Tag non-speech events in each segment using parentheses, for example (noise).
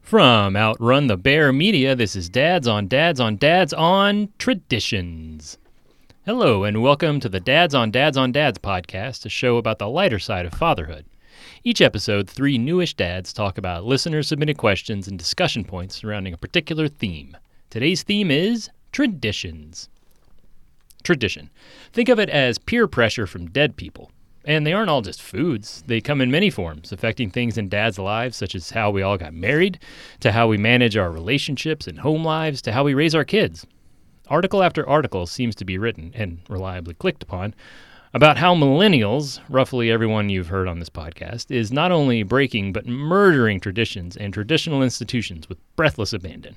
From Outrun the Bear Media, this is Dads on Dads on Dads on Traditions. Hello, and welcome to the Dads on Dads on Dads podcast, a show about the lighter side of fatherhood. Each episode, three newish dads talk about listener submitted questions and discussion points surrounding a particular theme. Today's theme is traditions. Tradition. Think of it as peer pressure from dead people. And they aren't all just foods. They come in many forms, affecting things in dad's lives, such as how we all got married, to how we manage our relationships and home lives, to how we raise our kids. Article after article seems to be written and reliably clicked upon about how millennials, roughly everyone you've heard on this podcast, is not only breaking but murdering traditions and traditional institutions with breathless abandon.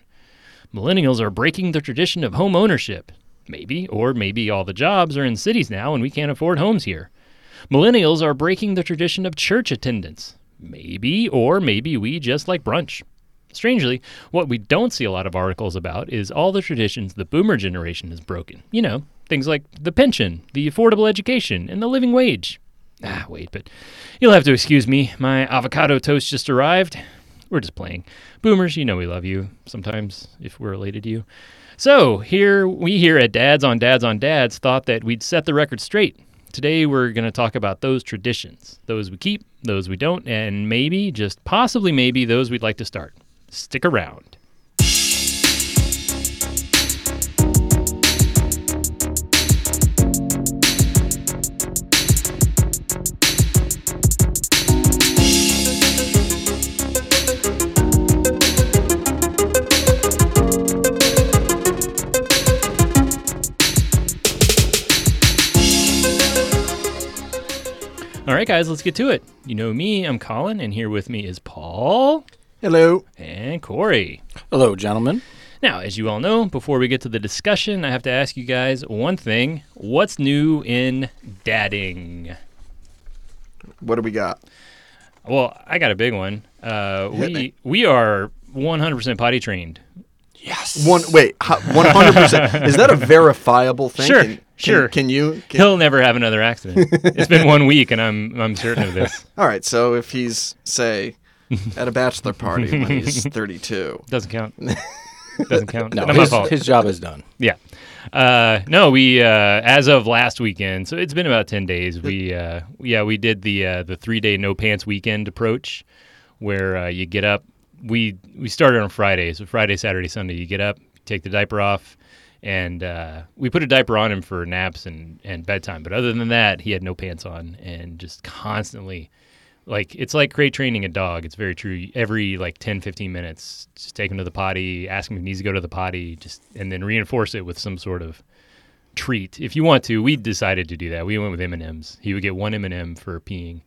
Millennials are breaking the tradition of home ownership. Maybe, or maybe all the jobs are in cities now and we can't afford homes here. Millennials are breaking the tradition of church attendance. Maybe, or maybe we just like brunch. Strangely, what we don't see a lot of articles about is all the traditions the boomer generation has broken. You know, things like the pension, the affordable education, and the living wage. Ah, wait, but you'll have to excuse me. My avocado toast just arrived. We're just playing. Boomers, you know we love you sometimes if we're related to you. So, here we here at Dads on Dads on Dads thought that we'd set the record straight. Today we're going to talk about those traditions, those we keep, those we don't, and maybe, just possibly maybe, those we'd like to start. Stick around. All right, guys, let's get to it. You know me, I'm Colin, and here with me is Paul Hello. and Corey. Hello, gentlemen. Now, as you all know, before we get to the discussion, I have to ask you guys one thing. What's new in dadding? What do we got? Well, I got a big one. Uh, Hit we me. we are 100% potty trained. Yes. One wait, one hundred (laughs) percent. Is that a verifiable thing? Sure, Can, can- sure. Can you? Can, He'll never have another accident. it's been one week, and I'm I'm certain of this. all right. So if he's say at a bachelor party when (laughs) he's thirty-two, Doesn't count. (laughs) Doesn't count. No, Not my his, fault. his job is done. Yeah. Uh, no, we uh, as of last weekend, so it's been about ten days. We uh, yeah, we did the uh, the three day no pants weekend approach, where uh, you get up. We we started on Friday, so Friday, Saturday, Sunday. You get up, take the diaper off, and uh, we put a diaper on him for naps and and bedtime. But other than that, he had no pants on and just constantly. Like it's like crate training a dog. It's very true. Every like 10, 15 minutes, just take him to the potty, ask him if he needs to go to the potty, just and then reinforce it with some sort of treat. If you want to, we decided to do that. We went with M and M's. He would get one M and M for peeing,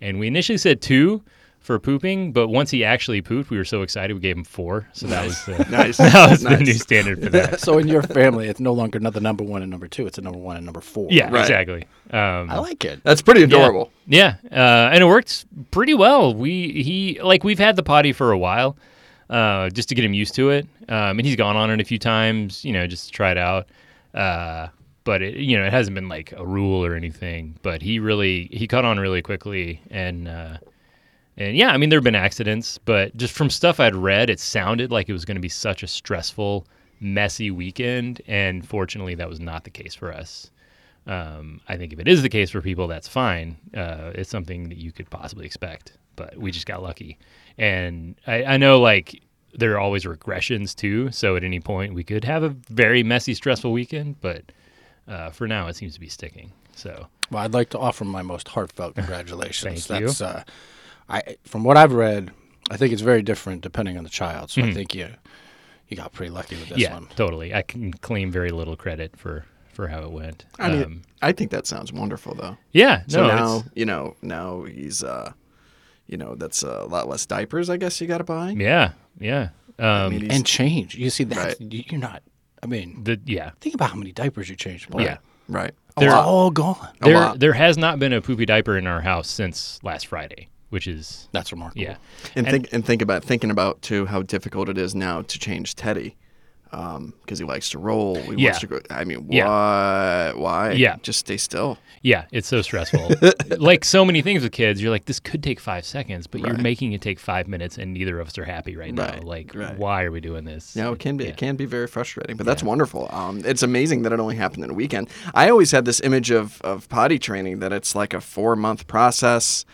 and we initially said two for pooping. But once he actually pooped, we were so excited we gave him four. So that was (laughs) the, (laughs) Nice. that was the Nice. new standard for that. (laughs) So in your family, it's no longer not the number one and number two. It's a number one and number four. Mm-hmm. Yeah, Right. exactly. Um, I like it. that's pretty Yeah. adorable. Yeah, uh, and it worked pretty well. We he like we've had the potty for a while, uh, just to get him used to it. Um, and he's gone on it a few times, you know, just to try it out. Uh, but it, you know, it hasn't been like a rule or anything. But he really he caught on really quickly, and uh, and yeah, I mean there have been accidents, but just from stuff I'd read, it sounded like it was going to be such a stressful, messy weekend. And fortunately, that was not the case for us. Um, I think if it is the case for people, that's fine. Uh, it's something that you could possibly expect, but we just got lucky. And I, I know like there are always regressions too. So at any point, we could have a very messy, stressful weekend, but uh, for now, it seems to be sticking. So Well, I'd like to offer my (laughs) most heartfelt congratulations. Thank you. That's uh, I from what I've read, I think it's very different depending on the child. So I think you you got pretty lucky with this Mm-hmm. yeah, one. totally. I can claim very little credit for for how it went. I mean, I think that sounds wonderful, though. yeah. So Um, no, now it's- you know. Now he's uh, you know, that's a lot less diapers. I guess you got to buy. yeah, yeah. Um, I mean, he's- And change. You see that Right. you're not. I mean, the yeah, think about how many diapers you changed. Paul. yeah. right. They're There- all gone. A There lot. there has not been a poopy diaper in our house since last Friday, which is That's remarkable. yeah. And, think and think about thinking about too how difficult it is now to change Teddy. because he likes to roll. He Yeah. wants to go. I mean, Yeah. why? Why? Yeah. Just stay still. Yeah, it's so (laughs) stressful. like so many things with kids, you're like, this could take five seconds, but you're making it take five minutes, and neither of us are happy right, now. Right, Like, right. why are we doing this? No, it can be. Yeah. It can be very frustrating, but that's wonderful. Um, it's amazing that it only happened in a weekend. I always had this image of of potty training that it's like a four month process.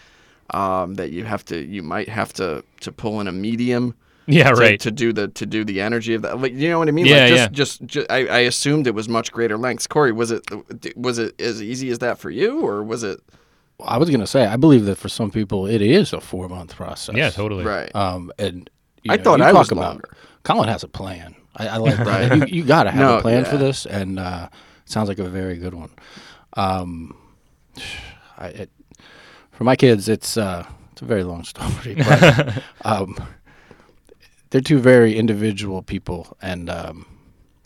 Um, that you have to, you might have to to pull in a medium. (laughs) Yeah, to, right. to do the to do the energy of that. Like, you know what I mean? Yeah, like just, yeah. just ju- I, I assumed it was much greater lengths. Corey, was it was it as easy as that for you, or was it I was gonna say I believe that for some people it is a four month process. yeah, totally. right? Um, and you I know, thought you I talk was about, longer. Colin has a plan. I, I like that. you, you (laughs) got to have No, a plan yeah. for this, and uh, it sounds like a very good one. Um, (sighs) I, it, for my kids, it's uh, it's a very long story, (laughs) but um, they're two very individual people, and um,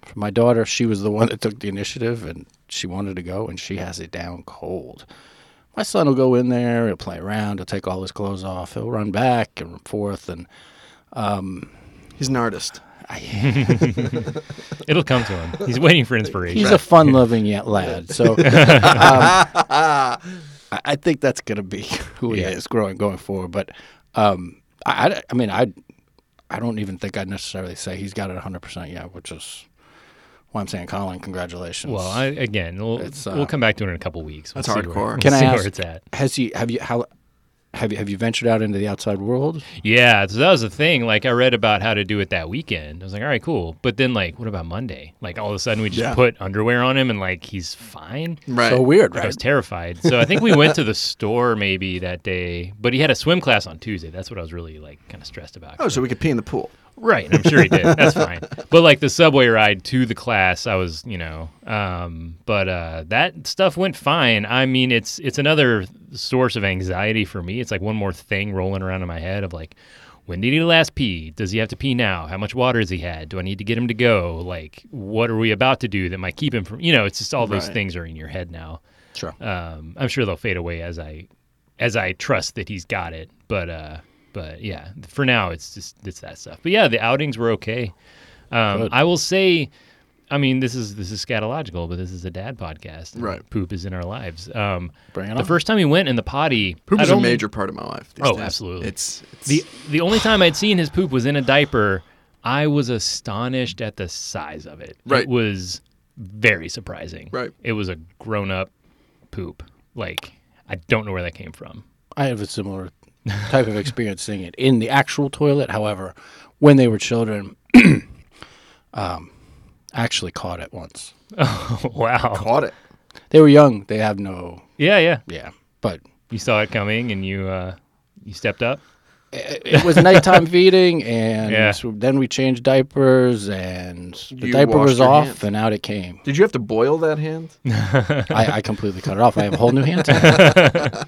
for my daughter, she was the one that took the initiative, and she wanted to go, and she has it down cold. My son will go in there, he'll play around, he'll take all his clothes off, he'll run back and forth, and He's an artist. It'll come to him. He's waiting for inspiration. He's a fun-loving yet (laughs) lad, so um, I, I think that's going to be (laughs) who he is growing going forward. But um, I, I- I mean, I, I don't even think I'd necessarily say he's got it 100 percent yet, which is why I'm saying, Colin, congratulations. well, I, again, we'll, It's, uh, we'll come back to it in a couple weeks. We'll That's see Where, hardcore. we'll Can I see ask- where it's at? has he have you how have you have you ventured out into the outside world? Yeah, so that was the thing. Like I read about how to do it that weekend. I was like, all right, cool. But then like, what about Monday? Like all of a sudden we just put underwear on him and like he's fine. Right. So weird, I was right? terrified. So I think we went to the store maybe that day, but he had a swim class on Tuesday. That's what I was really like kind of stressed about. oh, so we could pee in the pool. Right, I'm sure he did. That's fine. But like the subway ride to the class, I was, you know, um, but uh, that stuff went fine. I mean, it's it's another source of anxiety for me. It's like one more thing rolling around in my head of like, when did he last pee? Does he have to pee now? How much water has he had? Do I need to get him to go? Like, what are we about to do that might keep him from? You know, it's just all those Right. things are in your head now. Sure. Um, I'm sure they'll fade away as I as I trust that he's got it. But uh, but yeah, for now it's just it's that stuff. But yeah, the outings were okay. Um, Good. I will say, I mean, this is this is scatological, but this is a dad podcast. and Right. poop is in our lives. Um, Bring it the on. first time he went in the potty, Poop I is a don't- major part of my life. these Oh, days. absolutely. It's, it's the the only time I'd seen his poop was in a diaper. I was astonished at the size of it. Right. It was very surprising. Right. It was a grown up poop. Like I don't know where that came (laughs) from. I have a similar type of experience seeing it in the actual toilet. However, when they were children, (clears throat) um, I actually caught it once. wow. caught it. They were young. They have no, Yeah, yeah. yeah. But You saw it coming and you uh you stepped up. it, it was (laughs) nighttime feeding, and Yeah. so then we changed diapers, and the You diaper washed was your off, hands. and out it came. Did you have to boil that hand? I, I completely cut it off. I have a whole new hand. (laughs) towel.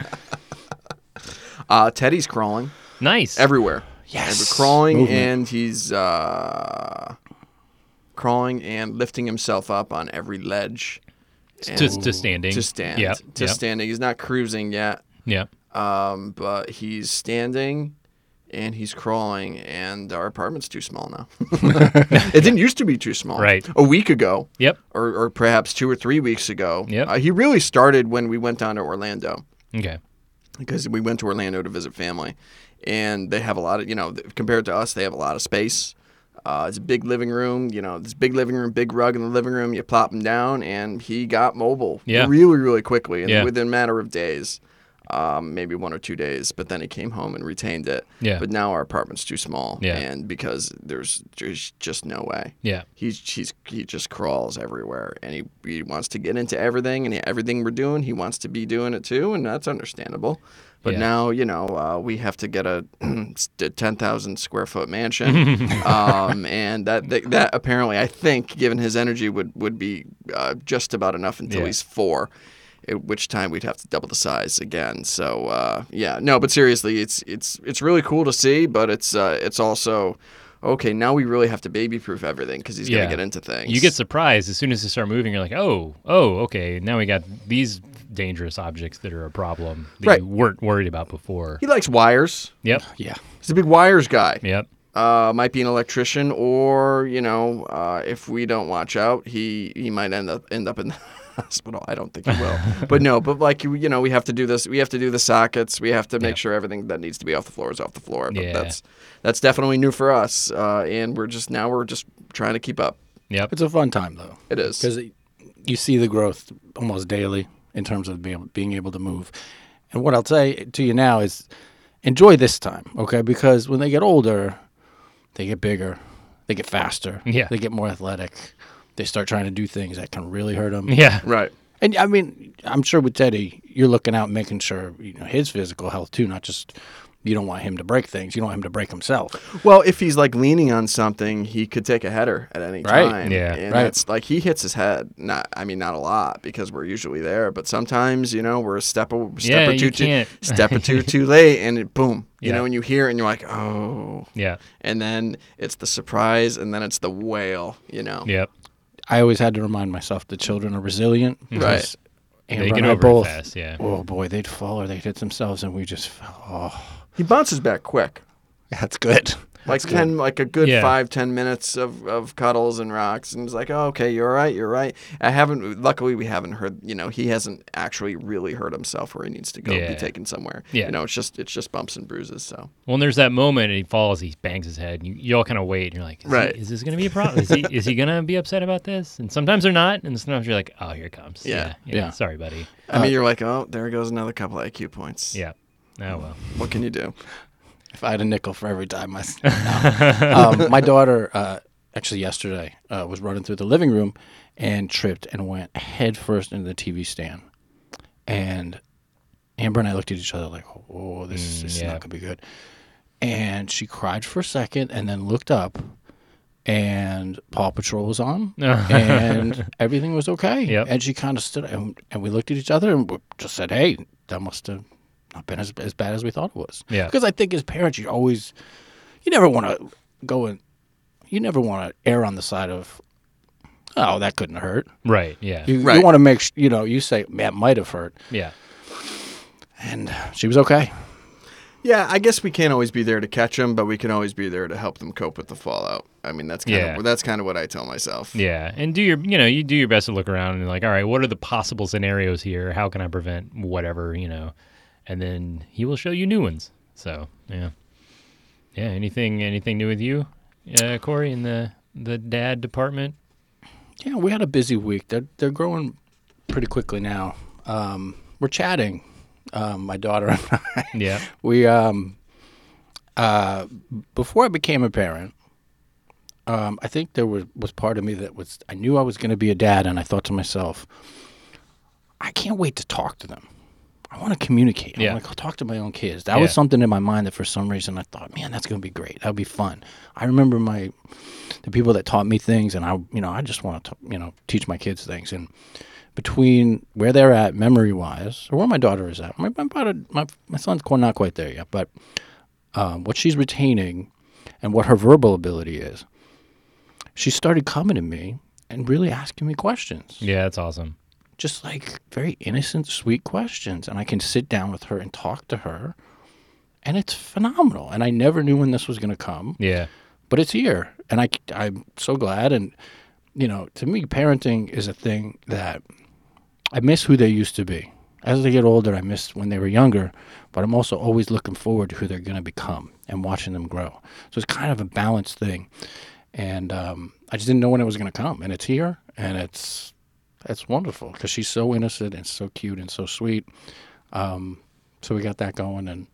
Uh, Teddy's crawling Nice. everywhere. Yes. crawling Movement. and he's uh, crawling and lifting himself up on every ledge. to, to standing. to stand. Yeah. to yep. standing. He's not cruising yet, Yep. um, but he's standing and he's crawling. And our apartment's too small (laughs) now. (laughs) it didn't used to be too small. Right. A week ago, Yep. or, or perhaps two or three weeks ago. Yep. uh, he really started when we went down to Orlando Okay. because we went to Orlando to visit family, and they have a lot of you know th- compared to us, they have a lot of space. Uh, it's a big living room, you know. This big living room, big rug in the living room. You plop him down, and he got mobile Yeah. really, really quickly, and Yeah. within a matter of days, um, maybe one or two days. But then he came home and retained it. Yeah. But now our apartment's too small, Yeah. and because there's there's just no way. Yeah. He's he's he just crawls everywhere, and he, he wants to get into everything, and everything we're doing, he wants to be doing it too, and that's understandable. But Yeah. now you know uh, we have to get a, (clears throat) a ten thousand square (laughs) foot mansion, um, and that, that that apparently I think, given his energy, would would be uh, just about enough until Yeah. he's four. At which time we'd have to double the size again. So uh, yeah, no, but seriously, it's it's it's really cool to see, but it's uh, it's also okay. Now we really have to baby proof everything because he's Yeah. gonna get into things. You get surprised as soon as they start moving. You're like, oh, oh, okay. Now we got these dangerous objects that are a problem that Right. you weren't worried about before. he likes wires. Yep. Yeah. He's a big wires guy. Yep. uh, might be an electrician, or you know, uh, if we don't watch out, he he might end up end up in the (laughs) hospital. I don't think he will, but no, but like you you know, we have to do this. We have to do the sockets. We have to make Yeah. sure everything that needs to be off the floor is off the floor. But Yeah. that's that's definitely new for us, uh, and we're just now we're just trying to keep up. Yep. It's a fun time though. It is. because you see the growth almost daily in terms of being being able to move. And what I'll say to you now is enjoy this time, okay? Because when they get older, they get bigger, they get faster, Yeah. they get more athletic. They start trying to do things that can really hurt them. (laughs) Yeah. Right. And I mean, I'm sure with Teddy, you're looking out, and making sure you know his physical health too, not just. You don't want him to break things. You don't want him to break himself. Well, if he's like leaning on something, he could take a header at any Right. time. Yeah. and Right. that's like he hits his head. Not, I mean, not a lot because we're usually there, but sometimes you know we're a step, a, step Yeah, or two, you too, can't. step (laughs) or two too late, and it, boom, you Yeah. know, and you hear it and you're like, oh, Yeah. and then it's the surprise, and then it's the wail, you know. Yep. I always had to remind myself that children are resilient. because Amber They get and I over it both fast. Yeah. Oh boy, they'd fall or they'd hit themselves, and we just fell. Oh, (laughs) He bounces back quick. that's good. (laughs) Like ten, like a good Yeah. five, ten minutes of, of cuddles and rocks, and it's like, oh, okay, you're all right, you're right. I haven't. Luckily, we haven't heard. You know, he hasn't actually really hurt himself where he needs to go Yeah. be taken somewhere. Yeah. you know, it's just it's just bumps and bruises. So Well, and there's that moment and he falls, he bangs his head, and you, you all kind of wait, and you're like, is, he- Right. is this going to be a problem? Is he, is he going to be upset about this? And sometimes they're not, and sometimes you're like, oh, here it comes. Yeah. Yeah. Yeah. Sorry, buddy. I mean, you're like, oh, there goes another couple IQ points. Uh, Yeah. Oh, well. (laughs) What can you do? If I had a nickel for every time I. s- (laughs) No. um, my daughter, uh, actually yesterday, uh, was running through the living room, and tripped and went headfirst into the TV stand, and Amber and I looked at each other like, "Oh, this, is- this is Mm, yeah. not gonna be good." And she cried for a second, and then looked up, and Paw Patrol was on, (laughs) and everything was okay. Yep. And she kind of stood, and, and we looked at each other, and we just said, "Hey, that must have not been as, as bad as we thought it was." Yeah. Because I think as parents, you always, you never want to go and, you never want to err on the side of, "Oh, that couldn't hurt." Right. Yeah. You, Right. you want to make, s- you know, you say, "Man, might have hurt," yeah. and she was okay. Yeah, I guess we can't always be there to catch them, but we can always be there to help them cope with the fallout. I mean, that's kind Yeah. of that's kind of what I tell myself. Yeah. And do your, you know, you do your best to look around and like, all right, what are the possible scenarios here? How can I prevent whatever, you know? And then he will show you new ones. So, yeah. Yeah. Anything, anything new with you, uh, Corey, in the, the dad department? Yeah, we had a busy week. They're they're growing pretty quickly now. Um, we're chatting, um, my daughter and (laughs) I. Yeah. We um, uh, before I became a parent, um, I think there was was part of me that was I knew I was going to be a dad, and I thought to myself, I can't wait to talk to them. I want to communicate. Yeah. I want to talk to my own kids. That Yeah. was something in my mind that for some reason I thought, man, that's going to be great. That'll be fun. I remember my the people that taught me things, and I, you know, I just want to, you know, teach my kids things. And between where they're at, memory wise, or where my daughter is at, my my, daughter, my, my son's qu- not quite there yet, but um, what she's retaining and what her verbal ability is, she started coming to me and really asking me questions Yeah. That's awesome. just like very innocent, sweet questions. And I can sit down with her and talk to her. And it's phenomenal. And I never knew when this was going to come, Yeah. but it's here. And I, I'm so glad. And, you know, to me, parenting is a thing that I miss who they used to be. As they get older, I miss when they were younger, but I'm also always looking forward to who they're going to become and watching them grow. So it's kind of a balanced thing. And um, I just didn't know when it was going to come. And it's here and it's that's wonderful because she's so innocent and so cute and so sweet. Um, so we got that going, and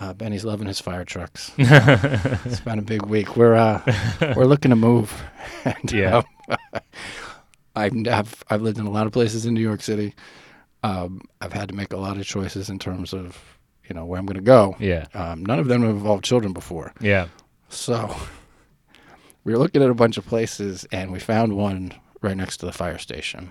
uh, Benny's loving his fire trucks. it's been a big week. We're uh, we're looking to move. (laughs) And, Yeah. um, I've, I've I've lived in a lot of places in New York City. Um, I've had to make a lot of choices in terms of you know where I'm going to go. Yeah. Um, none of them have involved children before. Yeah. So (laughs) we were looking at a bunch of places and we found one right next to the fire station.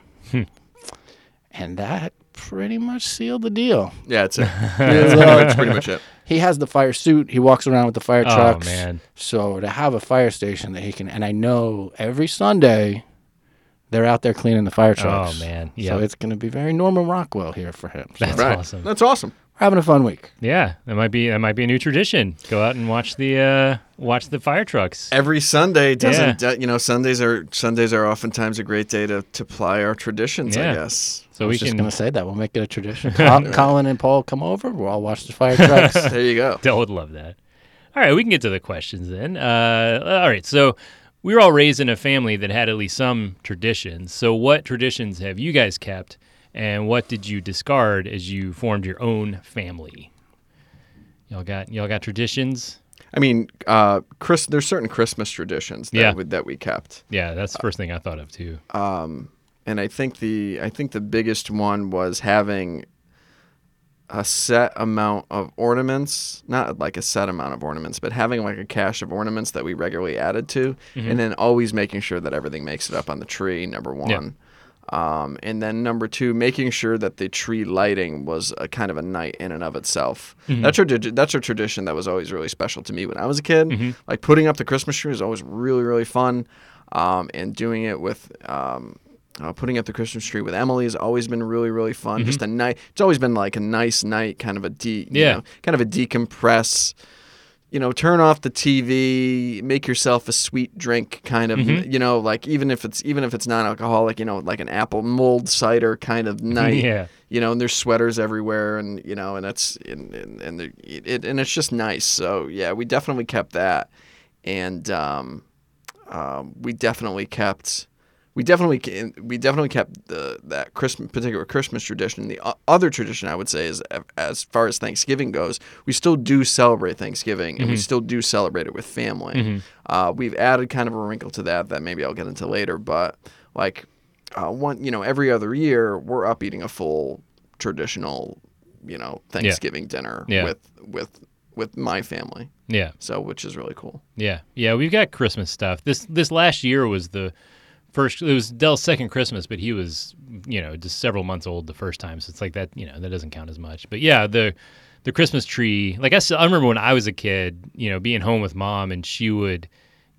And that pretty much sealed the deal. (laughs) Yeah, it's it. Yeah, that's (laughs) pretty much it. He has the fire suit. He walks around with the fire Oh, trucks. man. So to have a fire station that he can, and I know every Sunday they're out there cleaning the fire trucks. Oh, man. So Yep. it's going to be very Norman Rockwell here for him. So That's right. awesome. That's awesome. we're having a fun week. Yeah, that might be that might be a new tradition. Go out and watch the uh, watch the fire trucks. Every Sunday doesn't de- you know Sundays are Sundays are oftentimes a great day to to ply our traditions. Yeah. (laughs) I guess So I we was just can gonna say that we'll make it a (laughs) tradition. Col- Colin and Paul come over. We'll all watch the fire trucks. there you go. (laughs) I would love that. All right, we can get to the questions then. Uh, all right, so we were all raised in a family that had at least some traditions. So, what traditions have you guys kept, and what did you discard as you formed your own family? Y'all got y'all got traditions. I mean, uh, Chris, there's certain Christmas traditions that, Yeah. we, that we kept, Yeah, that's the first thing I thought of too. and I think the I think the biggest one was having a set amount of ornaments, not like a set amount of ornaments, but having like a cache of ornaments that we regularly added to, Mm-hmm. and then always making sure that everything makes it up on the tree. Number one. Um, and then number two, making sure that the tree lighting was a kind of a night in and of itself. That's a tradi- that's a tradition that was always really special to me when I was a kid. Like putting up the Christmas tree was always really really fun, um, and doing it with um, uh, putting up the Christmas tree with Emily has always been really really fun. Just a night. It's always been like a nice night, kind of a de- you Yeah. know, kind of a decompress you know, turn off the TV, make yourself a sweet drink kind of, you know, like even if it's even if it's non-alcoholic, you know, like an apple mold cider kind of night. Yeah. You know, and there's sweaters everywhere, and you know, and that's and and and, the, it, and it's just nice. So yeah, we definitely kept that, and um, um, we definitely kept. We definitely ca- we definitely kept the, that Christmas particular Christmas tradition. The o- other tradition I would say is a- as far as Thanksgiving goes, we still do celebrate Thanksgiving and we Mm-hmm. still do celebrate it with family. Uh, we've added kind of a wrinkle to that that maybe I'll get into later, but like uh, one you know every other year we're up eating a full traditional you know Thanksgiving dinner Yeah. with with with my family, Yeah, so which is really cool. yeah, yeah. We've got Christmas stuff. This this last year was the first. It was Dell's second Christmas, but he was you know just several months old the first time, so it's like that. You know that doesn't count as much. But yeah, the the Christmas tree. Like I, s- I remember when I was a kid, you know, being home with mom, and she would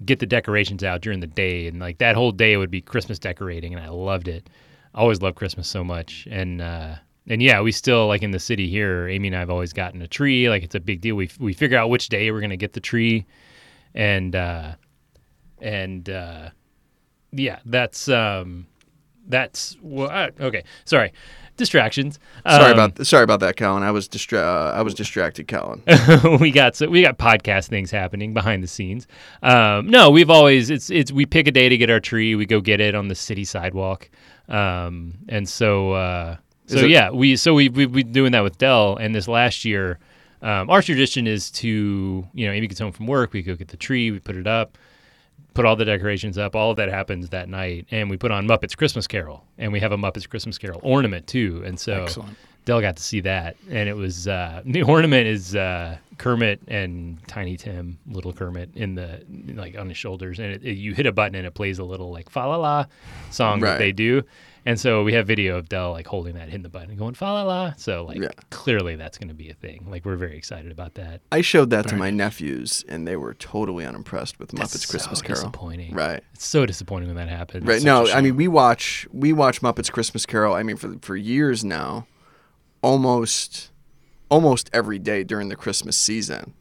get the decorations out during the day, and like that whole day would be Christmas decorating, and I loved it. I always loved Christmas so much, and uh, and yeah, we still like in the city here. Amy and I have always gotten a tree. Like it's a big deal. We we figure out which day we're gonna get the tree, and uh, and uh, yeah, that's um, that's well, uh, okay. Sorry, distractions. Sorry Um, (laughs) about sorry about that, Colin. I was distra- uh, I was distracted, Colin. we got so we got podcast things happening behind the scenes. Um, no, we've always it's it's we pick a day to get our tree. We go get it on the city sidewalk, um, and so uh, so it- yeah, we so we we've been doing that with Dell. And this last year, um, our tradition is to you know Amy gets home from work, we go get the tree, we put it up. Put all the decorations up. All of that happens that night, and we put on Muppets Christmas Carol, and we have a Muppets Christmas Carol ornament too. And so, Excellent. Dell got to see that, and it was uh, the ornament is uh, Kermit and Tiny Tim, little Kermit, in the like on his shoulders, and it, it- you hit a button and it plays a little like fa la la song that Right. they do, and so we have video of Dell like holding that, hitting the button, and going fa la la. So like Yeah. clearly that's going to be a thing. Like we're very excited about that. I showed that to my nephews, and they were totally unimpressed with Muppets It's Christmas so Carol. disappointing. Right, It's so disappointing when that happens. right. No, I mean we watch we watch Muppets Christmas Carol. I mean for for years now, almost almost every day during the Christmas season.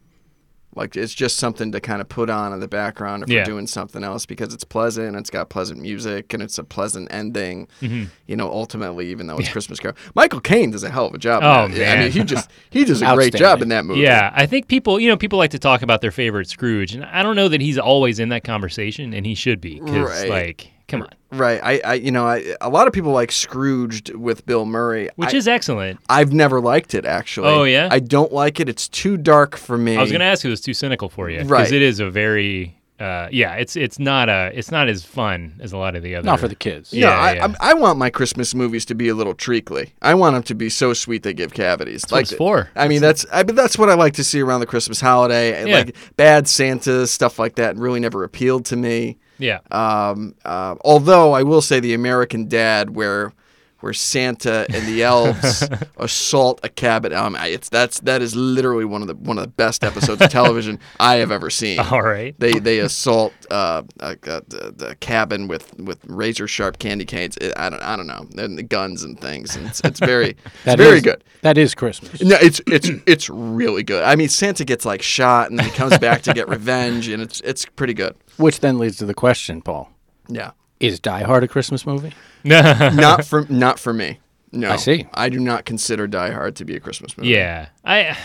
Like it's just something to kind of put on in the background if Yeah. we're doing something else because it's pleasant. It's got pleasant music and it's a pleasant ending. Mm-hmm. You know, ultimately, even though it's Christmas Carol, Michael Caine does a hell of a job. in Oh, that. I man. mean, he just he does (laughs) a great job in that movie. Yeah, I think people, you know, people like to talk about their favorite Scrooge, and I don't know that he's always in that conversation, and he should be because, Right. like, come on, Right. I, I you know, I, a lot of people like Scrooged with Bill Murray. which I, is excellent. I've never liked it actually. Oh, yeah? I don't like it. It's too dark for me. I was gonna ask if it was too cynical for you because Right. it is a very, uh, yeah, it's it's not a it's not as fun as a lot of the other. Not for the kids. No, Yeah, I, yeah. I'm- I, want my Christmas movies to be a little treacly. I want them to be so sweet they give cavities. That's what it's for. I mean, that's I, but that's what I like to see around the Christmas holiday. I Yeah. Like bad Santa stuff like that really never appealed to me. yeah, uh, Um, uh, although I will say the American Dad, where where Santa and (laughs) the elves assault a cabin. Um, I- it's that's that is literally one of the one of the best (laughs) episodes of television I have ever seen. Oh. All right. (laughs) They they assault uh, a, a, a, a cabin with, with razor sharp candy canes. It, I don't I don't know and the guns and things. And it's, (laughs) it's very it's That very is- good. That is Christmas. No, it's it's it's really good. I mean, Santa gets like shot and then he comes back to get revenge, and it's it's pretty good. Which then leads to the question, Paul. Yeah, Is Die Hard a Christmas movie? (laughs) not for not for me. No, I see. I do not consider Die Hard to be a Christmas movie. yeah. I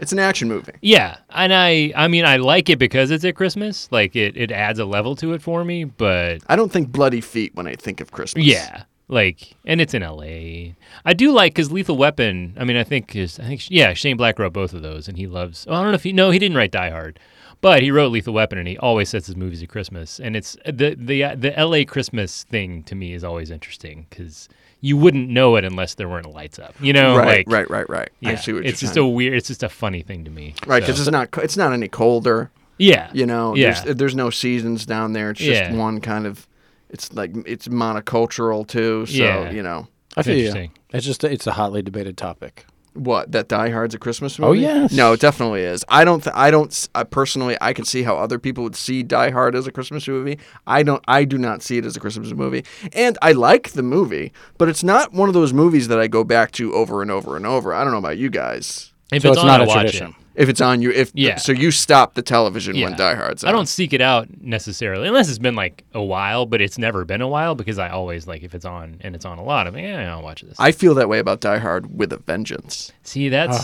it's an action movie. yeah, and I I mean I like it because it's at Christmas. Like it it adds a level to it for me, but I don't think bloody feet when I think of Christmas. yeah. Like and it's in LA. I do like cuz Lethal Weapon, I mean I think is I think yeah, Shane Black wrote both of those and he loves oh, I don't know if he no, he didn't write Die Hard. But he wrote Lethal Weapon and he always sets his movies at Christmas and it's the the uh, the LA Christmas thing to me is always interesting cuz you wouldn't know it unless there weren't lights up. You know, like right, right, right, right. I Yeah, see what it's you're just saying. a weird. It's just a funny thing to me. right because so- it's not co- it's not any colder. yeah, You know, yeah, there's, there's no seasons down there. It's just Yeah. one kind of. It's like it's monocultural too. So Yeah. you know I feel you. Interesting. It's just it's a hotly debated topic. what that Die Hard's a Christmas movie. Oh, yes. No, it definitely is. I don't. Th- I don't. s- I personally, I can see how other people would see Die Hard as a Christmas movie. I don't. I do not see it as a Christmas movie. And I like the movie, but it's not one of those movies that I go back to over and over and over. I don't know about you guys. If so it's on, not I a watch it. tradition. If it's on you, if Yeah. so, you stop the television when Yeah. Die Hard's. I on. don't seek it out necessarily, unless it's been like a while. But it's never been a while because I always like if it's on and it's on a lot. I'm like, yeah, I'll watch this. I feel that way about Die Hard with a vengeance. See, that's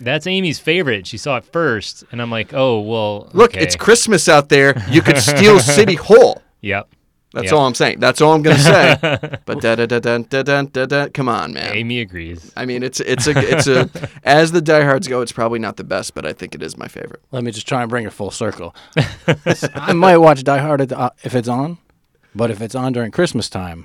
that's Amy's favorite. She saw it first, and I'm like, oh well. Look, okay. it's Christmas out there. You could (laughs) steal City Hall. Yep. That's Yeah. all I'm saying. That's all I'm gonna say. (laughs) but da da da da da da da da. Come on, man. Amy agrees. I mean, it's it's a (laughs) it's a as the diehards go, it's probably not the best, but I think it is my favorite. Let me just try and bring it full (laughs) circle. I might watch Die Hard at the, uh, if it's on, but if it's on during Christmas time,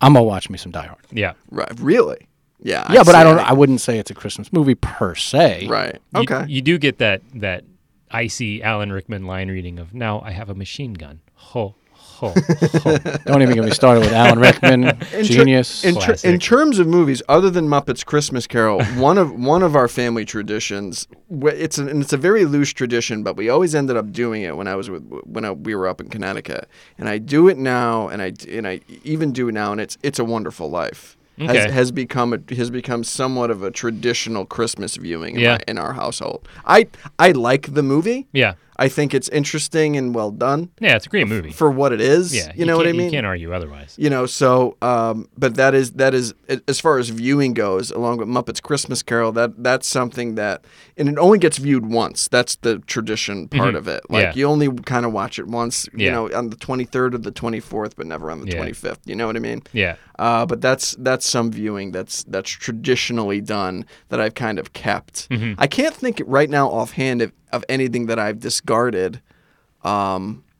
I'm gonna watch me some Die Hard. Yeah. Right? Really? Yeah. yeah, but I see don't. that. I wouldn't say it's a Christmas movie per se. right. You- Okay. You, do get that that icy Alan Rickman line reading of now I have a machine gun. Ho ho (laughs) ho. Don't even get me started with Alan Rickman, In ter- genius. In, ter- in Classic. terms of movies, other than Muppets (laughs) Christmas Carol, one of one of our family traditions, wh- it's an, and it's a very loose tradition, but we always ended up doing it when I was with when I, we were up in Connecticut, and I do it now, and I d- and I even do it now, and it's it's a wonderful life. Okay. Has, has become a, has become somewhat of a traditional Christmas viewing in, Yeah. my- in our household. I I like the movie. yeah. I think it's interesting and well done Yeah, it's a great movie. for what it is. Yeah, you know what I can't- mean You can't argue otherwise. you know so um, but that is that is a- as far as viewing goes along with muppets christmas carol that that's something that and it only gets viewed once that's the tradition part of it like Mm-hmm. Yeah. you only kind of watch it once you Yeah. know on the 23rd or the 24th but never on the Yeah. 25th you know what i mean Yeah, uh, but that's that's some viewing that's that's traditionally done that I've kind of kept. Mm-hmm. I can't think right now offhand of, of anything that I've discarded.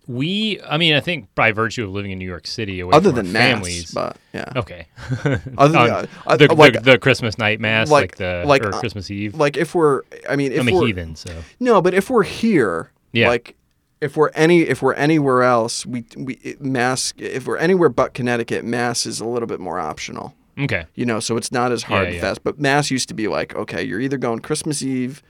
we. I mean, I think by virtue of living in New York City, away Other from our than mass, families. but yeah. okay. (laughs) Other than Um, uh, the, like- the, the Christmas night mass, like- like, the like, or uh, Christmas Eve. like if we're i mean if I'm a we're heathen, so no but if we're here Yeah. like if we're any if we're anywhere else we we it- mass if we're anywhere but connecticut mass is a little bit more optional okay. you know so it's not as hard Yeah, and yeah. fast but mass used to be like okay you're either going christmas eve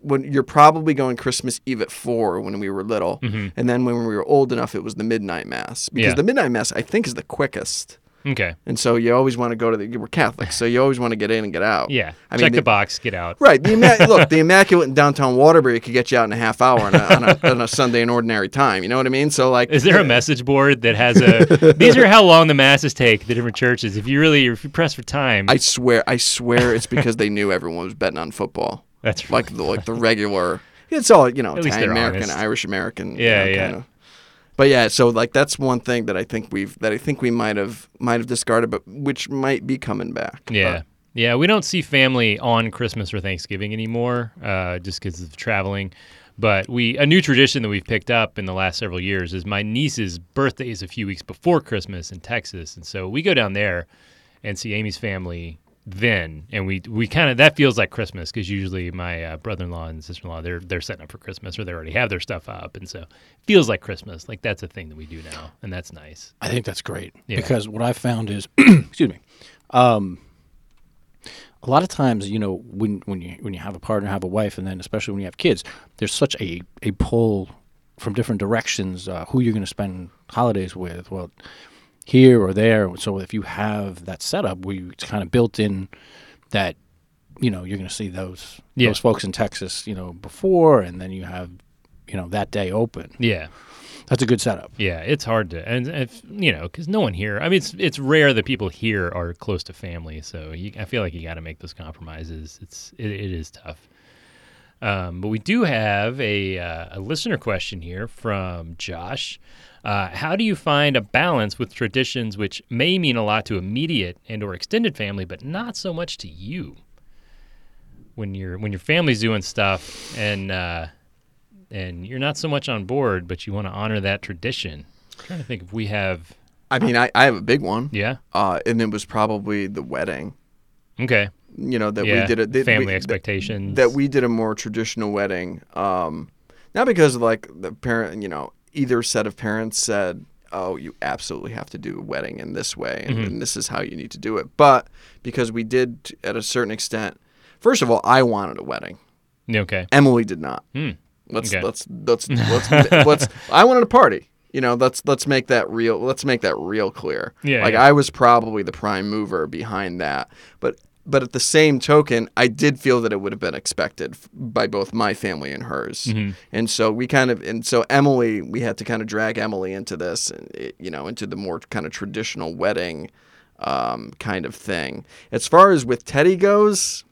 when you're probably going christmas eve at four when we were little and then when we were old enough it was the midnight mass because Mm-hmm. Yeah. the midnight mass i think is the quickest Okay. and so you always want to go to the we're (sighs) catholics so you always want to get in and get out Yeah. i Check mean the box. Get out. Right. The imma- look, the immaculate in downtown Waterbury could get you out in a half hour on a, on a, on a Sunday in ordinary time. You know what I mean? So like, Is there a message board that has a? (laughs) these are how long the masses take. The different churches. If you really, if you press for time, I swear, I swear, it's because they knew everyone was betting on football, that's like the like the regular. It's all you know, At least Italian they're American, honest. Irish American. Yeah, yeah. Kinda. But yeah, so like that's one thing that I think we've that I think we might have might have discarded, but which might be coming back. Yeah. But- yeah, we don't see family on Christmas or Thanksgiving anymore, uh, just because of traveling. But we a new tradition that we've picked up in the last several years is my niece's birthday is a few weeks before Christmas in Texas, and so we go down there and see Amy's family then, and we we kind of that feels like Christmas because usually my uh, brother-in-law and sister-in-law they're they're setting up for Christmas or they already have their stuff up, and so it feels like Christmas. Like that's a thing that we do now, and that's nice. I think that's great Yeah. because what I found is, (clears throat) excuse me, Um, a lot of times, you know, when when you when you have a partner, have a wife, and then especially when you have kids, there's such a a pull from different directions. Uh, who you're going to spend holidays with? Well, here or there. So if you have that setup where you, it's kind of built in that you know you're going to see those Yeah. those folks in Texas, you know, before, and then you have you know that day open. Yeah. That's a good setup. Yeah, it's hard to, and if you know, because no one here. I mean, it's it's rare that people here are close to family, so you, I feel like you got to make those compromises. It's it, it is tough. Um, but we do have a uh, a listener question here from Josh. Uh, how do you find a balance with traditions which may mean a lot to immediate and or extended family, but not so much to you? When your when your family's doing stuff and uh, and you're not so much on board, but you want to honor that tradition. I'm trying to think if we have, I mean, I, I have a big one. yeah, Uh, and it was probably the wedding. okay, You know that yeah, we did it. that family we- expectations that we did a more traditional wedding. Um, not because like the parent, you know, either set of parents said, "Oh, you absolutely have to do a wedding in this way, and, and this is how you need to do it," but because we did t- at a certain extent. First of all, I wanted a wedding. okay, Hmm. Emily did not. Let's, Okay. let's (laughs) let's let's let's I wanted a party. You know, let's let's make that real. Let's make that real clear. Yeah, Like yeah. I was probably the prime mover behind that, but but at the same token, I did feel that it would have been expected f- by both my family and hers. Mm-hmm. And so we kind of and so Emily, we had to kind of drag Emily into this, and it- you know, into the more kind of traditional wedding um, kind of thing. As far as with Teddy goes,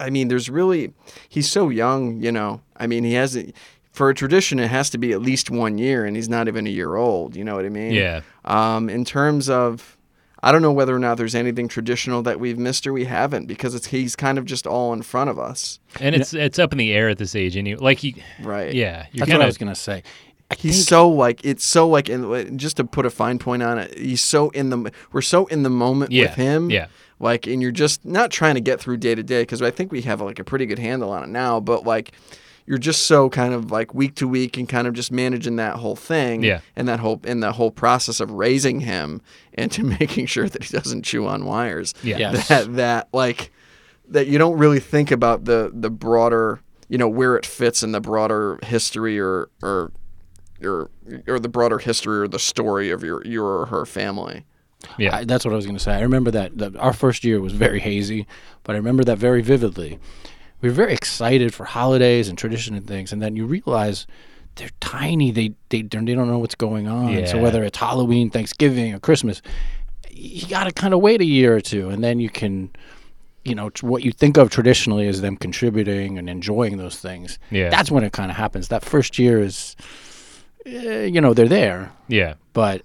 I mean, there's really he's so young, you know. I mean, he hasn't for a tradition it has to be at least one year, and he's not even a year old. You know what I mean? Yeah. Um, in terms of, I don't know whether or not there's anything traditional that we've missed or we haven't because it's he's kind of just all in front of us, and it's it's up in the air at this age, and you like you, right? yeah, you're That's kind what I of was going to say. I He's think- so like it's so like and just to put a fine point on it, he's so in the we're so in the moment Yeah, with him. yeah. Like and you're just not trying to get through day to day because I think we have like a pretty good handle on it now, but like you're just so kind of like week to week and kind of just managing that whole thing Yeah. and that whole in the whole process of raising him and to (laughs) making sure that he doesn't chew on wires. Yeah. Yes. That that like that you don't really think about the the broader you know where it fits in the broader history or or or or the broader history or the story of your your or her family. yeah, I, that's what I was going to say. I remember that, that our first year was very hazy, but I remember that very vividly. We were very excited for holidays and tradition and things, and then you realize they're tiny. They they don't, they don't know what's going on. So Yeah. whether it's Halloween, Thanksgiving, or Christmas, you got to kind of wait a year or two, and then you can. You know tr- what you think of traditionally as them contributing and enjoying those things. Yeah. that's when it kind of happens. That first year is, eh, you know, they're there, yeah, but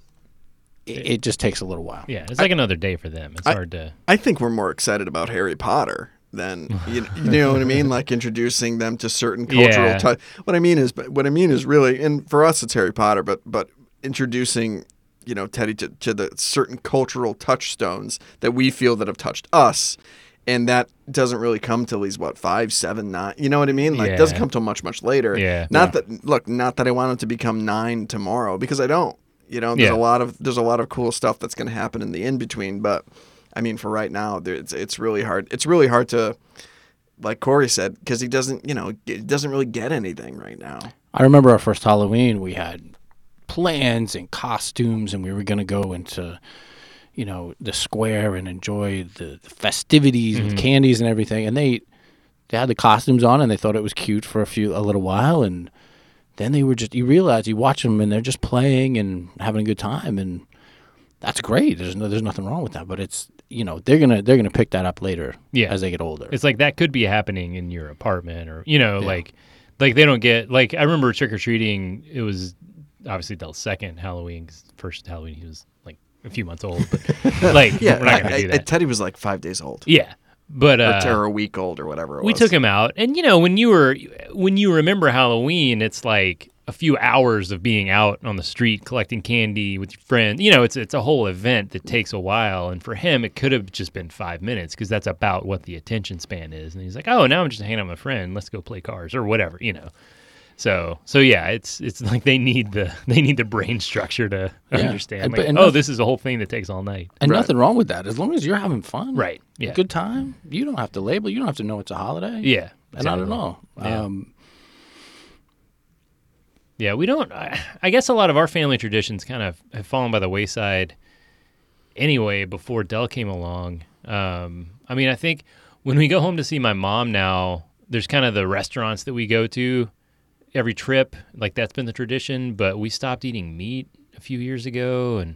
it, it just takes a little while. yeah. It's like another day for them. It's hard to I think we're more excited about Harry Potter than you, (laughs) you know what I mean, like introducing them to certain cultural. Yeah. tou- what I mean is, but what I mean is really, and for us it's Harry Potter, but but introducing you know Teddy to, to the certain cultural touchstones that we feel that have touched us. And that doesn't really come till he's what five, seven, nine. You know what I mean? Like it doesn't Yeah. come till much, much later. Yeah. Not that look, not that I want him to become nine tomorrow because I don't. You know, there's Yeah. a lot of there's a lot of cool stuff that's going to happen in the in between. But I mean, for right now, there, it's it's really hard. It's really hard to, like Corey said, because he doesn't you know he doesn't really get anything right now. I remember our first Halloween, we had plans and costumes, and we were going to go into, you know, the square and enjoy the, the festivities with candies and everything. And they they had the costumes on, and they thought it was cute for a few a little while, and then they were just you realize you watch them, and they're just playing and having a good time, and that's great. There's no there's nothing wrong with that, but it's you know they're gonna they're gonna pick that up later Yeah. as they get older. It's like that could be happening in your apartment or you know, like like they don't get like I remember trick or treating it was obviously Dell's second Halloween 'cause first Halloween he was like a few months old, (laughs) but like (laughs) we're not gonna I- do I- that. Teddy was like five days old, yeah. But uh, or a week old, or whatever. It we was. took him out and you know when you were when you remember halloween it's like a few hours of being out on the street collecting candy with your friends you know it's it's a whole event that takes a while and for him it could have just been five minutes because that's about what the attention span is and he's like oh now i'm just hanging out with my friend let's go play cars or whatever you know So so yeah, it's it's (laughs) like they need the they need the brain structure to Yeah. understand. And- Like, but- and oh, noth- this is a whole thing that takes all night. And Right. nothing wrong with that. As long as you're having fun. Right. Yeah. Good time. You don't have to label. You don't have to know it's a holiday. Yeah. And Not at exactly. all. Yeah. Um, Yeah, we don't. I, I guess a lot of our family traditions kind of have fallen by the wayside. Anyway, before Dell came along, um, I mean, I think when we go home to see my mom now, there's kind of the restaurants that we go to every trip. Like that's been the tradition, but we stopped eating meat a few years ago, and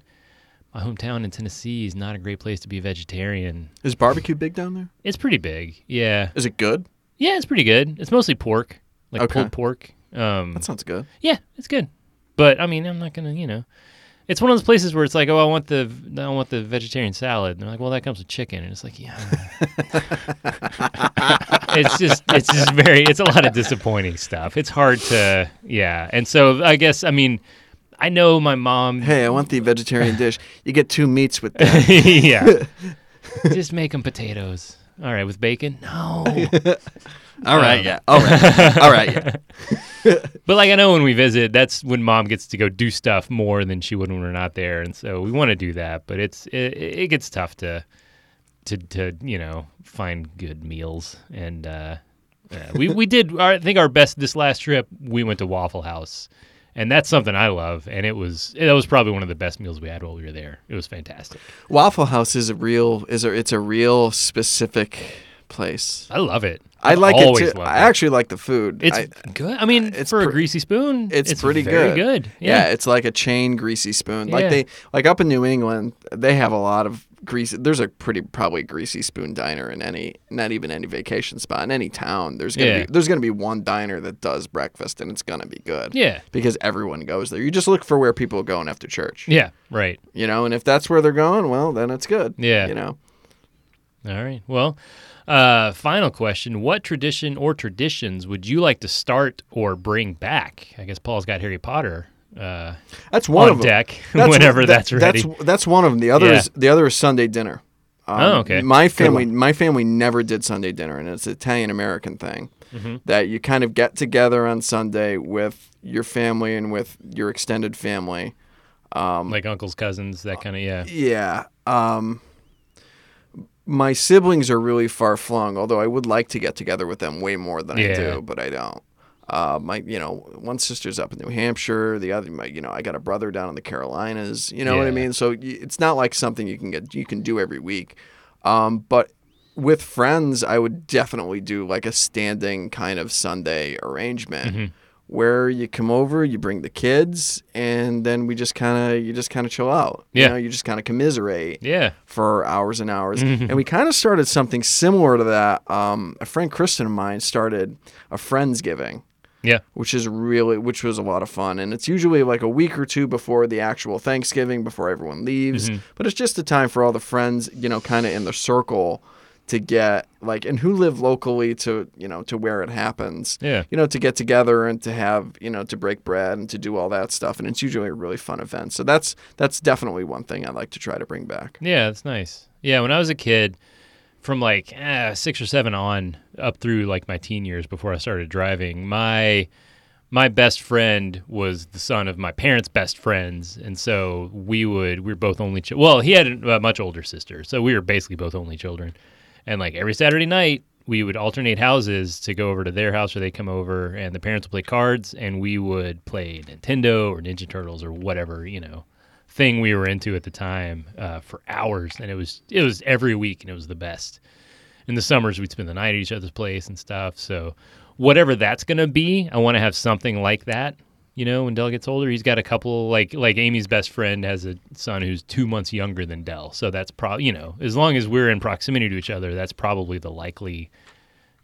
my hometown in Tennessee is not a great place to be vegetarian. Is barbecue big down there? It's pretty big, yeah, Is it good? yeah, it's pretty good. It's mostly pork, like Okay. pulled pork. Um, That sounds good. yeah, it's good. But I mean, I'm not gonna, you know, it's one of those places where it's like, oh, I want the, I want the vegetarian salad. And they're like, well, that comes with chicken, and it's like, yeah. it's just, it's just very, it's a lot of disappointing stuff. It's hard to, yeah. And so I guess, I mean, I know my (laughs) mom. Hey, I want (laughs) the vegetarian dish. You get two meats with that. yeah. just make them potatoes. All right, with bacon? No. All right, yeah. All right, all right, yeah. But like I know when we visit, that's when mom gets to go do stuff more than she would when we're not there, and so we want to do that. But it's it, it gets tough to to to you know find good meals, and uh, yeah. we we did our, I think our best this last trip. We went to Waffle House, and that's something I love, and it was that was probably one of the best meals we had while we were there. It was fantastic. Waffle House is a real is a it's a real specific place. I love it. I like it always too. love I actually like the food. It's I- good. I mean, it's for a pre- greasy spoon, it's, pretty very good. good. Yeah. Yeah. it's like a chain greasy spoon. Like Yeah. they like up in New England, they have a lot of greasy. There's a pretty probably greasy spoon diner in any not even any vacation spot in any town. There's gonna Yeah. be there's gonna be one diner that does breakfast and it's gonna be good. Yeah. because everyone goes there. You just look for where people are going after church. Yeah. Right. you know, and if that's where they're going, well, then it's good. Yeah. you know. All right. Well, uh, final question. What tradition or traditions would you like to start or bring back? I guess Paul's got Harry Potter uh, That's one on of them. deck (laughs) That's- whenever that- that's ready. That's that's one of them. The other Yeah. is the other is Sunday dinner. Um, Oh, okay. My family, my family never did Sunday dinner, and it's an Italian American thing Mm-hmm. that you kind of get together on Sunday with your family and with your extended family. like uncles, cousins, that kind of, yeah. Yeah. Um, my siblings are really far flung, although I would like to get together with them way more than I Yeah. do, but I don't. Uh, my, you know, one sister's up in New Hampshire. The other, my, you know, I got a brother down in the Carolinas. You know what I Yeah. mean? So y- it's not like something you can get, you can do every week. Um, but with friends, I would definitely do like a standing kind of Sunday arrangement Mm-hmm. where you come over, you bring the kids, and then we just kind of, you just kind of chill out. Yeah. You know, you just kind of commiserate Yeah. for hours and hours. and we kind of started something similar to that. Um, a friend, Kristen of mine, started a Friendsgiving, Yeah. which is really, which was a lot of fun. And it's usually like a week or two before the actual Thanksgiving, before everyone leaves. But it's just a time for all the friends, you know, kind of in the circle to get like, and who live locally to, you know, to where it happens. Yeah. You know, to get together and to have, you know, to break bread and to do all that stuff. And it's usually a really fun event. So that's, that's definitely one thing I'd like to try to bring back. Yeah, that's nice. Yeah, when I was a kid, from like eh, six or seven on up through like my teen years before I started driving, my my best friend was the son of my parents' best friends, and so we would we were both only ch- well he had a much older sister, so we were basically both only children, and like every Saturday night we would alternate houses to go over to their house or they come over and the parents would play cards and we would play Nintendo or Ninja Turtles or whatever you know thing we were into at the time uh, for hours, and it was it was every week, and it was the best. In the summers, we'd spend the night at each other's place and stuff. So, whatever that's gonna be, I want to have something like that. You know, when Dell gets older, he's got a couple like like Amy's best friend has a son who's two months younger than Dell. So that's probably you know as long as we're in proximity to each other, that's probably the likely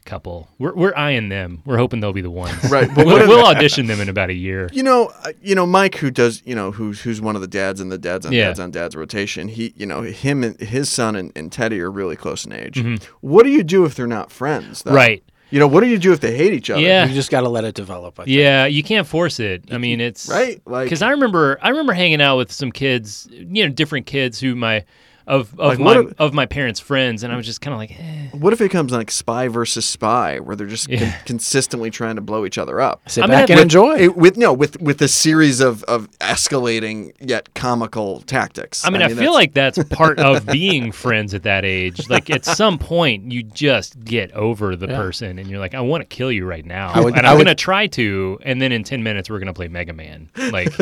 couple. We're we're eyeing them. We're hoping they'll be the ones. Right, but we'll, we'll audition them in about a year. You know, uh, you know Mike, who does, you know, who's who's one of the dads in the dads on Yeah. dads on dads rotation. He, you know, him and his son and, and Teddy are really close in age. What do you do if they're not friends? Though? Mm-hmm. Right. You know, what do you do if they hate each other? Yeah. You just got to let it develop. I think. Yeah, you can't force it. I mean, it's Right, like- because I remember I remember hanging out with some kids, you know, different kids who my of of Like, my what if- of my parents' friends, and I was just kind of like, eh. What if it comes like spy versus spy, where they're just con- Yeah. consistently trying to blow each other up? Sit I'm gonna back have and to- (laughs) enjoy. It- with no, with with a series of of escalating yet comical tactics. I mean, I, feel like (laughs) that's part (laughs) of being friends at that age. Like at some point, you just get over the Yeah. person, and you're like, I want to kill you right now, I would- and I I'm would- gonna try to. And then in ten minutes, we're gonna play Mega Man. (laughs) Like,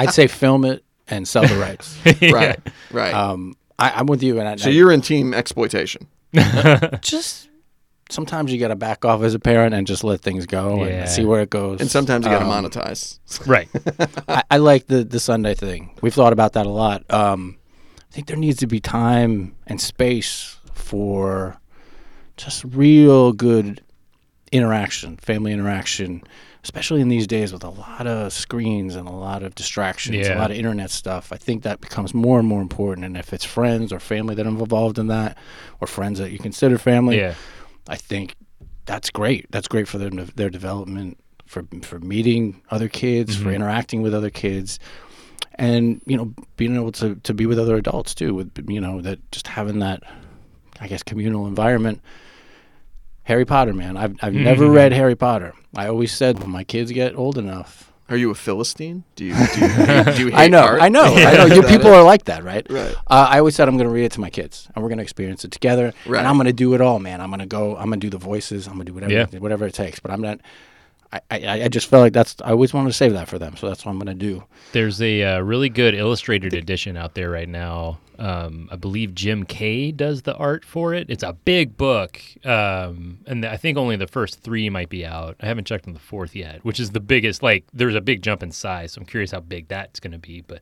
I'd say film it and sell the (laughs) rights. right, right. Uh, um, I, I'm with you, and I, so you're in team exploitation. I just sometimes you got to back off as a parent and just let things go Yeah. and see where it goes. And sometimes you got to Um, monetize. right? I, I like the the Sunday thing. We've thought about that a lot. Um, I think there needs to be time and space for just real good interaction, family interaction, especially in these days with a lot of screens and a lot of distractions, Yeah. a lot of internet stuff. I think that becomes more and more important. And if it's friends or family that are involved in that, or friends that you consider family, Yeah. I think that's great. That's great for their their development, for for meeting other kids, for interacting with other kids, and you know being able to to be with other adults too. With you know that just having that, I guess, communal environment. Harry Potter, man. I've I've never read Harry Potter. I always said when my kids get old enough. Are you a philistine? Do you do you, hate- do you (laughs) hate I know, art? I know, I know. You That people is- are like that, right? Right. Uh, I always said I'm going to read it to my kids, and we're going to experience it together. Right. And I'm going to do it all, man. I'm going to go. I'm going to do the voices. I'm going to do whatever, Yeah. whatever it takes. But I'm not. I, I, I just felt like that's. I always wanted to save that for them, so that's what I'm going to do. There's a uh, really good illustrated edition out there right now. Um, I believe Jim Kay does the art for it. It's a big book, um, and I think only the first three might be out. I haven't checked on the fourth yet, which is the biggest. Like, there's a big jump in size, so I'm curious how big that's going to be. But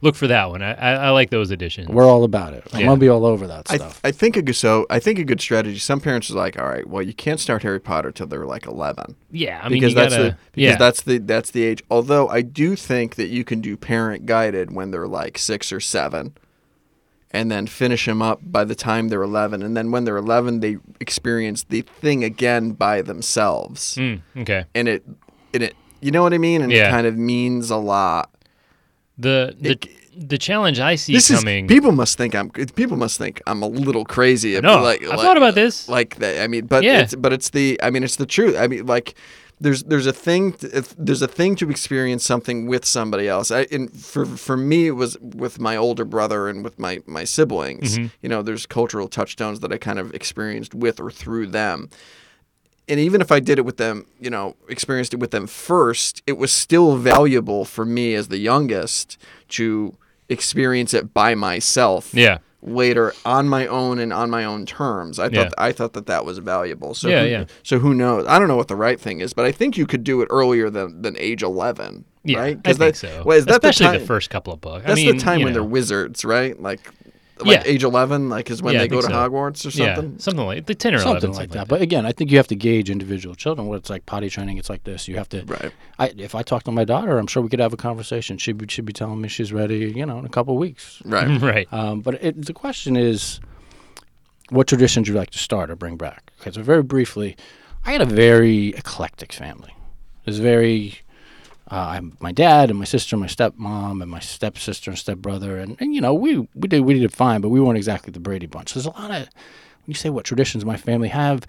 look for that one. I, I, I like those editions. We're all about it. I'm Yeah. going to be all over that I, stuff. I think a good so I think a good strategy. Some parents are like, all right, well, you can't start Harry Potter till they're like eleven. yeah, I mean, because you that's gotta, the because yeah, that's the that's the age. Although I do think that you can do parent guided when they're like six or seven, and then finish them up by the time they're eleven. And then when they're eleven, they experience the thing again by themselves, Mm, okay. and it and it you know what I mean. And Yeah. it kind of means a lot. The the the challenge I see This coming. is people must think I'm people must think I'm a little crazy. if- no, like, I've like- thought about this. like that. I mean, but Yeah. it's but it's the I mean it's the truth. I mean like there's there's a thing t- if there's a thing to experience something with somebody else. I and for for me it was with my older brother and with my my siblings. Mm-hmm. You know, there's cultural touchstones that I kind of experienced with or through them. And even if I did it with them, you know, experienced it with them first, it was still valuable for me as the youngest to experience it by myself yeah. later on my own and on my own terms. I thought Yeah. I thought that that was valuable. So Yeah, who, yeah. So who knows? I don't know what the right thing is, but I think you could do it earlier than than age eleven. Yeah, right? I 'Cause think that- so. well, is that Especially the, the, time, first couple of books. I That's mean, the time you when know. they're wizards, right? Like, like Yeah. age eleven, like is when Yeah, I they go to think so. Hogwarts or something. Yeah, something like the ten or something eleven, like that. But again, I think you have to gauge individual children. What it's like potty training, it's like this. You have to. Right. I, if I talk to my daughter, I'm sure we could have a conversation. She would she'd be telling me she's ready. You know, in a couple weeks. (laughs) Right. right. Um, but it, the question is, what traditions would you like to start or bring back? Okay, so very briefly, I had a very eclectic family. It was very, uh, I'm- my dad and my sister, and my stepmom and my stepsister and stepbrother, and, and you know we we did we did fine, but we weren't exactly the Brady bunch. There's a lot of when you say what traditions my family have.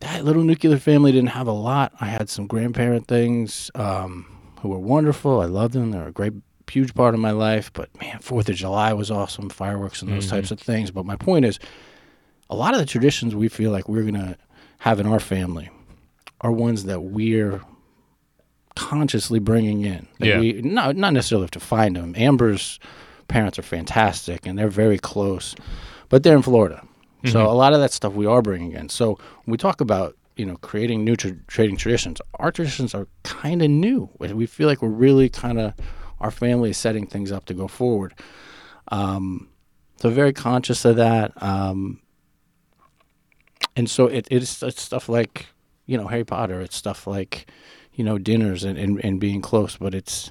That little nuclear family didn't have a lot. I had some grandparent things um, who were wonderful. I loved them. They were a great, huge part of my life. But man, Fourth of July was awesome, fireworks and those types of things. But my point is, a lot of the traditions we feel like we're gonna have in our family are ones that we're consciously bringing in. That Yeah. We, no, not necessarily have to find them. Amber's parents are fantastic, and they're very close, but they're in Florida, so a lot of that stuff we are bringing in. So when we talk about you know creating new tra- trading traditions, our traditions are kind of new. We we feel like we're really kind of our family is setting things up to go forward. Um, so very conscious of that. Um, and so it, it's, it's stuff like you know harry potter it's stuff like you know dinners and, and, and being close but it's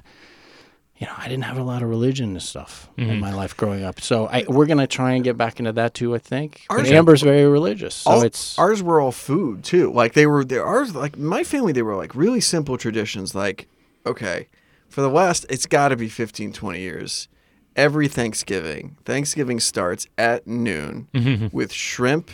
you know i didn't have a lot of religion and stuff Mm-hmm. in my life growing up so I, we're going to try and get back into that too i think Ours but are- amber's very religious so All- it's ours were all food too. Like they were there ours like my family they were like really simple traditions like okay, for the West it's got to be 15 20 years. every Thanksgiving. Thanksgiving starts (laughs) at noon with shrimp,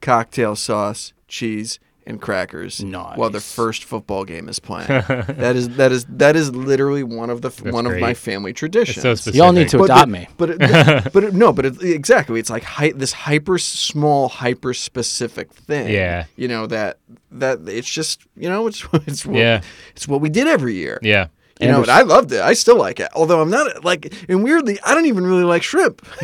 cocktail sauce, cheese, and crackers. While the Nice. first football game is playing. (laughs) that is that is that is literally one of the f one of my great. family traditions. so specific. Y'all need to But adopt the- me. (laughs) But (laughs) it, but it, no, but it, exactly, it's like hy- this hyper small, hyper specific thing. Yeah. you know that that it's just you know it's (laughs) it's what, Yeah. it's what we did every year. Yeah. You know, Anders- and I loved it. I still like it. Although I'm not like, and weirdly, I don't even really like shrimp. (laughs) (laughs)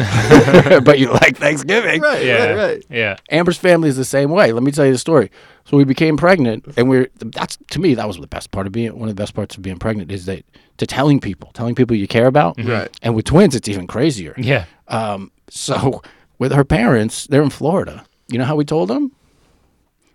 but you like Thanksgiving. right, Yeah. right, right. Yeah. Amber's family is the same way. Let me tell you the story. So we became pregnant, and we're that's to me that was the best part of being one of the best parts of being pregnant is that to telling people, telling people you care about, Right. And with twins, it's even crazier. Yeah. Um, so (laughs) with her parents, they're in Florida. You know how we told them?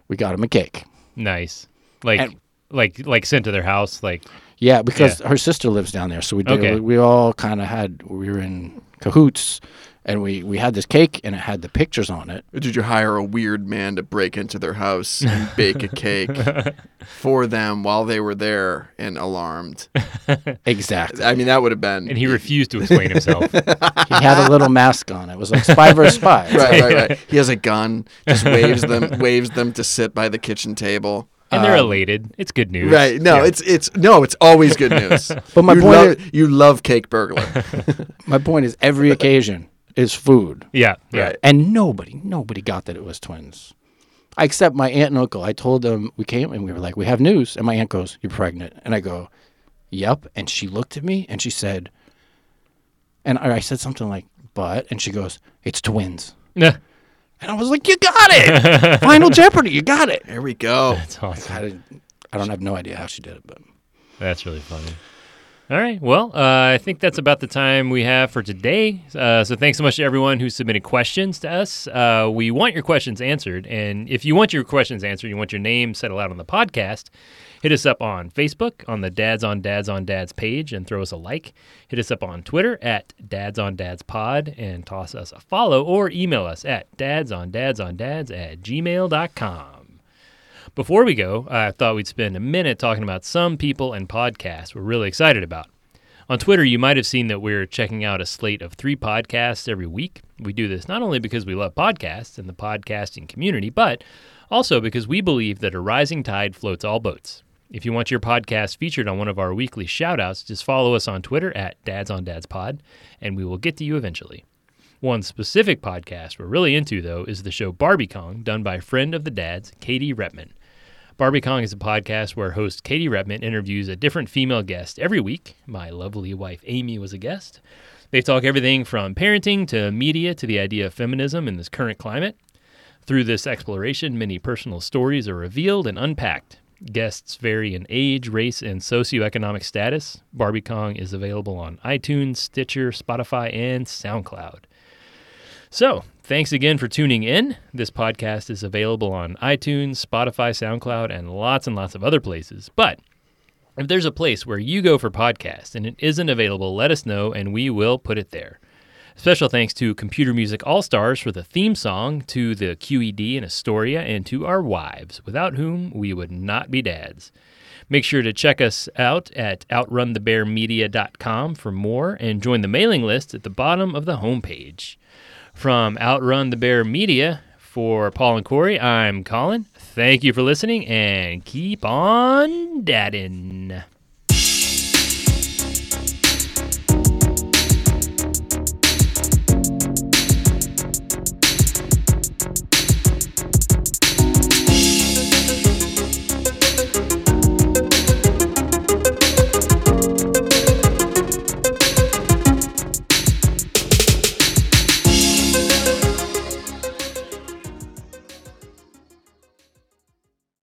We got them a cake. Nice. Like And- like like sent to their house. Like Yeah, because her sister lives down there, so we did, Okay. we all kind of had we were in cahoots, and we we had this cake and it had the pictures on it. Did you hire a weird man to break into their house and bake (laughs) a cake for them while they were there and alarmed? Exactly. I mean, that would have been. and he refused to explain (laughs) himself. he had a little mask on. It was like spy versus spy. (laughs) right, right, right. He has a gun. Just waves them, waves them to sit by the kitchen table. and they're elated. It's good news. Um, Right. No, Yeah. it's it's no, it's always good news. (laughs) But my you point love, you love cake burglar. My point is, every occasion is food, Yeah. Yeah. Right. and nobody, nobody got that it was twins, I except my aunt and uncle. I told them we came and we were like, we have news, and my aunt goes, "You're pregnant," and I go, "Yep," and she looked at me and she said, and I I said something like, "But," and she goes, "It's twins," Yeah. (laughs) and I was like, "You got it, Final Jeopardy, you got it." (laughs) There we go. That's awesome. I, didn't, I don't have no idea how she did it, but That's really funny. All right. Well, uh, I think that's about the time we have for today. Uh, so thanks so much to everyone who submitted questions to us. Uh, we want your questions answered. And if you want your questions answered, you want your name said aloud on the podcast, hit us up on Facebook on the Dads on Dads on Dads page and throw us a like. Hit us up on Twitter at Dads on Dads Pod and toss us a follow or email us at dads on dads on dads at gmail.com. Before we go, I thought we'd spend a minute talking about some people and podcasts we're really excited about. On Twitter, you might have seen that we're checking out a slate of three podcasts every week. We do this not only because we love podcasts and the podcasting community, but also because we believe that a rising tide floats all boats. If you want your podcast featured on one of our weekly shoutouts, just follow us on Twitter at Dads on Dads Pod, and we will get to you eventually. One specific podcast we're really into, though, is the show Barbicon, done by friend of the dads, Katie Repman. Barbicon is a podcast where host Katie Repman interviews a different female guest every week. My lovely wife Amy was a guest. They talk everything from parenting to media to the idea of feminism in this current climate. Through this exploration, many personal stories are revealed and unpacked. Guests vary in age, race, and socioeconomic status. Barbie Kong is available on iTunes, Stitcher, Spotify, and SoundCloud. So, thanks again for tuning in. This podcast is available on iTunes, Spotify, SoundCloud, and lots and lots of other places. But if there's a place where you go for podcasts and it isn't available, let us know and we will put it there. Special thanks to Computer Music All Stars for the theme song, to the QED in Astoria, and to our wives, without whom we would not be dads. Make sure to check us out at outrunthebearmedia.com for more and join the mailing list at the bottom of the homepage. From Outrun the Bear Media, for Paul and Corey, I'm Colin. Thank you for listening and keep on daddin'.